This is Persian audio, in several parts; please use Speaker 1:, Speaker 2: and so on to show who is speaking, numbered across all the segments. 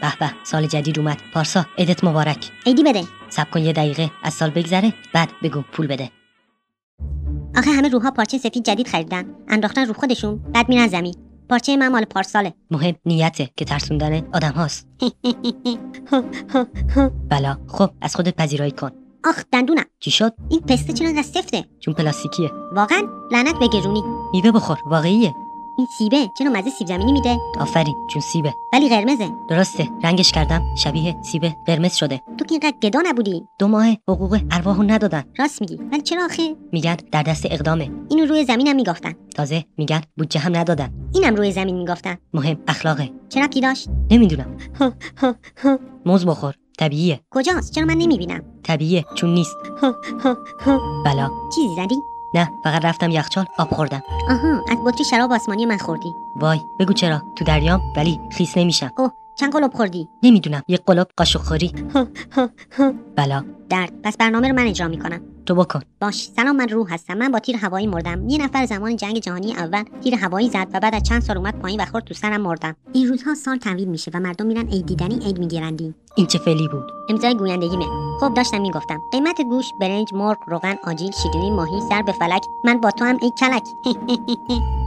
Speaker 1: به به سال جدید اومد پارسا عیدت مبارک
Speaker 2: عیدی بده
Speaker 1: سب کن یه دقیقه از سال بگذره بعد بگو پول بده
Speaker 2: آخه همه روها پارچه سفید جدید خریدن انداختن رو خودشون بعد میرن زمین پارچه من مال پارساله
Speaker 1: مهم نیته که ترسوندن آدم هاست بلا خب از خودت پذیرایی کن
Speaker 2: آخ دندونم
Speaker 1: چی شد
Speaker 2: این پسته چرا انقدر سفته
Speaker 1: چون پلاستیکیه
Speaker 2: واقعا لعنت به گرونی
Speaker 1: میوه بخور واقعیه
Speaker 2: این سیبه چرا مزه سیب زمینی میده
Speaker 1: آفرین چون سیبه
Speaker 2: ولی قرمزه
Speaker 1: درسته رنگش کردم شبیه سیبه قرمز شده
Speaker 2: تو که اینقدر گدا نبودی
Speaker 1: دو ماه حقوق ارواحو ندادن
Speaker 2: راست میگی ولی چرا آخه
Speaker 1: میگن در دست اقدامه
Speaker 2: اینو روی زمینم میگفتن
Speaker 1: تازه میگن بودجه هم ندادن
Speaker 2: اینم روی زمین میگفتن
Speaker 1: مهم اخلاقه
Speaker 2: چرا ربطی داشت
Speaker 1: نمیدونم موز بخور طبیعیه
Speaker 2: کجاست چرا من نمیبینم
Speaker 1: طبیعیه چون نیست بلا
Speaker 2: چیزی زدی
Speaker 1: نه فقط رفتم یخچال آب خوردم
Speaker 2: آها از بطری شراب آسمانی من خوردی
Speaker 1: وای بگو چرا تو دریام ولی خیس نمیشم
Speaker 2: اوه چند قلب خوردی
Speaker 1: نمیدونم یه قلاب قاشق خوری بلا
Speaker 2: درد پس برنامه رو من اجرا میکنم
Speaker 1: تو بکن
Speaker 2: باش سلام من روح هستم من با تیر هوایی مردم یه نفر زمان جنگ جهانی اول تیر هوایی زد و بعد از چند سال اومد پایین و خورد تو سرم مردم این روزها سال تمویل میشه و مردم میرن عید دیدنی عید میگیرندین
Speaker 1: این چه فعلی بود
Speaker 2: امضای گویندگیمه خب داشتم میگفتم قیمت گوش برنج مرغ روغن آجیل شیرینی ماهی سر به فلک من با تو هم ای کلک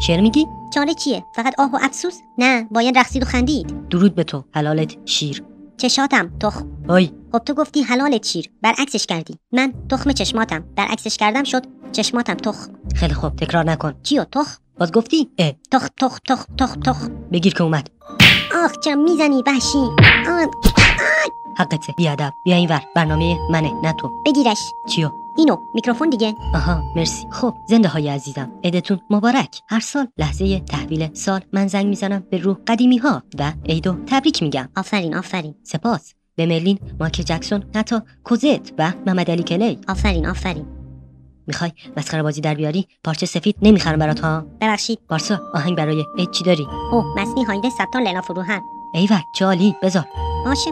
Speaker 1: شعر میگی
Speaker 2: چاره چیه فقط آه و افسوس نه باید رقصید و خندید
Speaker 1: درود به تو حلالت شیر
Speaker 2: چشاتم تخ
Speaker 1: وای
Speaker 2: خب تو گفتی حلالت شیر برعکسش کردی من تخم چشماتم برعکسش کردم شد چشماتم تخ
Speaker 1: خیلی خوب تکرار نکن
Speaker 2: چیو تخ
Speaker 1: باز گفتی اه
Speaker 2: تخ تخ تخ تخ تخ
Speaker 1: بگیر که اومد
Speaker 2: آخ چرا میزنی وحشی آه،
Speaker 1: حقته بیادب بیا اینور برنامه منه نه تو
Speaker 2: بگیرش
Speaker 1: چیو
Speaker 2: اینو میکروفون دیگه
Speaker 1: آها مرسی خب زنده های عزیزم عیدتون مبارک هر سال لحظه تحویل سال من زنگ میزنم به روح قدیمی ها و عیدو تبریک میگم
Speaker 2: آفرین آفرین
Speaker 1: سپاس به مرلین مایکل جکسون حتی کوزت و محمد علی کلی
Speaker 2: آفرین آفرین
Speaker 1: میخوای مسخره بازی در بیاری پارچه سفید نمیخرم برات ها
Speaker 2: ببخشید
Speaker 1: پارسا آهنگ برای عید چی داری
Speaker 2: اوه مصنی هایده ستا لیلا فروهر
Speaker 1: ایول چه عالی بذار
Speaker 2: باشه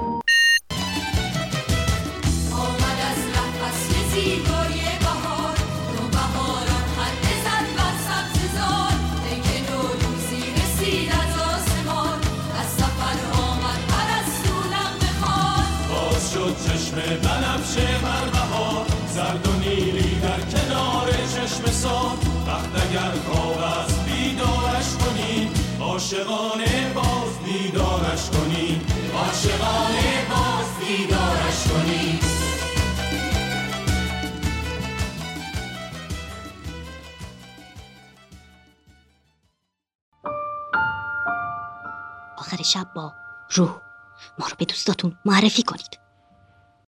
Speaker 3: آمد از نفس زیبای بهار رو بهاران خنده زد بر سبز زار پیک نوروزی رسید از آسمان از سفر آمد پرستونم بخوان
Speaker 4: باز شد چشم بنفش بر بهار زرد و نیلی در کنار چشم سار وقت اگر خواب است بیدارش کنیم عاشقانه باز بیدارش کنیم عاشقانه باز بیدارش کنیم
Speaker 2: آخر شب با روح ما رو به دوستاتون معرفی کنید